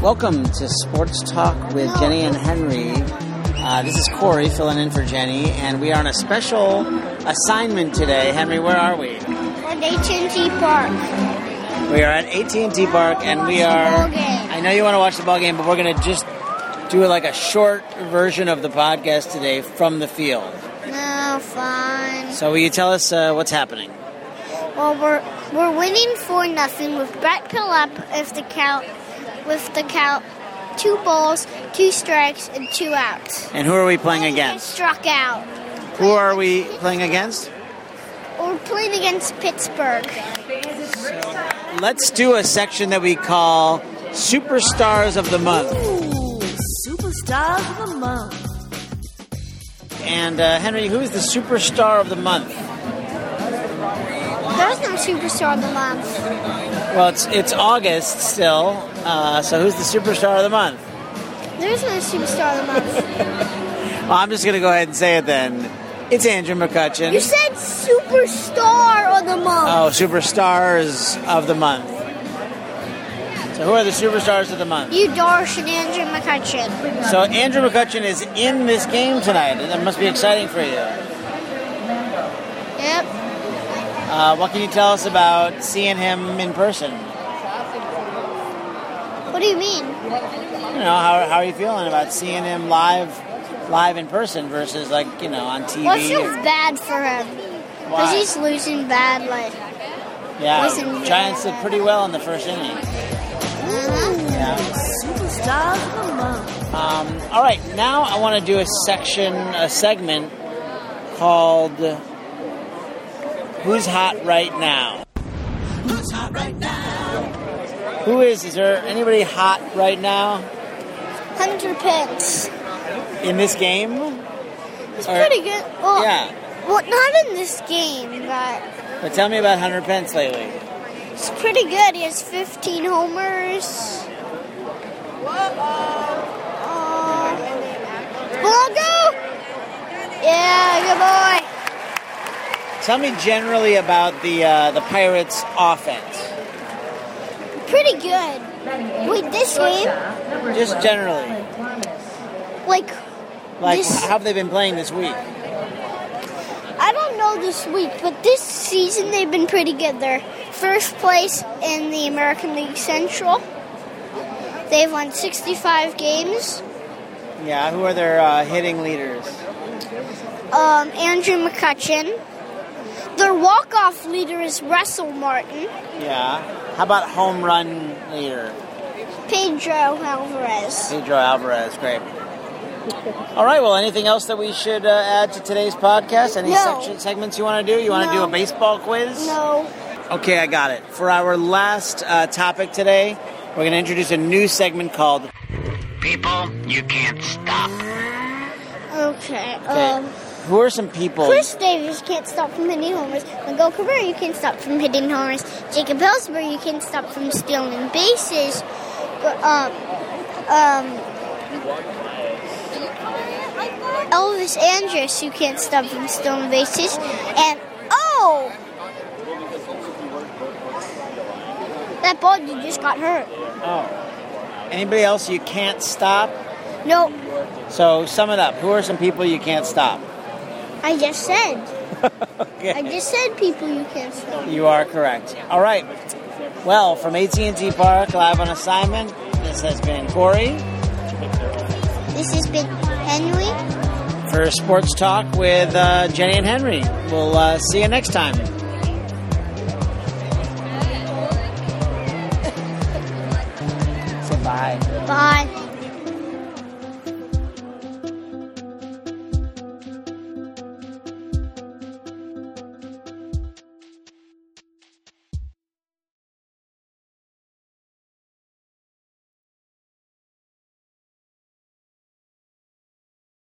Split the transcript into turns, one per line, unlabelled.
Welcome to Sports Talk with Jenny and Henry. Uh, this is Corey filling in for Jenny, and we are on a special assignment today. Henry, where are we?
At AT&T Park.
We are at AT&T Park, and we are.
Watch the ball game.
I know you want to watch the ball game, but we're going to just do like a short version of the podcast today from the field.
No fun.
So, will you tell us uh, what's happening?
Well, we're we're winning four nothing with Brett Pill up if the count with the count two balls, two strikes, and two outs.
And who are we playing
And I
against?
Struck out.
Who are we playing against?
We're playing against Pittsburgh.
Let's do a section that we call Superstars of the Month.
Ooh, superstar of the month.
And uh, Henry, who is the superstar of the month?
There's no superstar of the month.
Well, it's it's August still, uh, so who's the superstar of the month?
There's no superstar of the month.
Well, I'm just gonna go ahead and say it then. It's Andrew McCutcheon.
you said superstar of the month.
Oh, superstars of the month. So who are the superstars of the month?
You Darsh and Andrew McCutcheon.
So Andrew McCutcheon is in this game tonight. That must be exciting for you.
Yep.
Uh, what can you tell us about seeing him in person? You
What do you mean?
know, how, how are you feeling about seeing him live, live in person versus like you know on TV?
Well, it feels bad for him. Because
Why?
he's losing badly.
Yeah,
Listen.
Giants did pretty well in the first inning. Yeah.
Superstar of the month.
Um, all right, now I want to do a section, a segment called "Who's Hot Right Now." Who's hot right now? Who is? Is there anybody hot right now
100 picks.
in this game?
It's
Or-
pretty good. Well,
Yeah.
well, not in this game, but
But tell me about Hunter Pence lately.
it's pretty good. He has 15 homers. Uh, well, go! Yeah, good boy.
Tell me generally about the uh, the Pirates' offense,
Pretty good. Wait, this game?
just generally.
Like,
Like,
This-
how have they been playing this week?
I don't know this week, but this season they've been pretty good. They're first place in the American League Central. They've won 65 games.
Yeah, who are their uh, hitting leaders?
Um, Andrew McCutcheon. Their walk-off leader is Russell Martin.
Yeah. How about home run leader?
Pedro Alvarez.
Pedro Alvarez, great. All right. Well, anything else that we should uh, add to today's podcast? Any
No.
section segments you want to do? You want to do
No.
a baseball quiz?
No.
Okay, I got it. For our last uh, topic today, we're going to introduce a new segment called. Okay.
People, you can't stop.
Okay. Um,
who are some people?
Chris Davis can't stop from hitting homers. Miguel Cabrera, you can't stop from hitting homers. Jacob Ellsberg, you can't stop from stealing bases. But, um, um, Elvis Andrus, you can't stop from stealing bases. And, oh! That ball you just got hurt.
Anybody else you can't stop?
No,
So sum it up. Who are some people you can't stop?
I just said. I
Okay.
just said people you can't stop.
You are correct. All right. Well, from AT&T Park, live on assignment. This has been Corey
This has been Henry.
for Sports Talk with uh, Jenny and Henry. We'll uh, see you next time.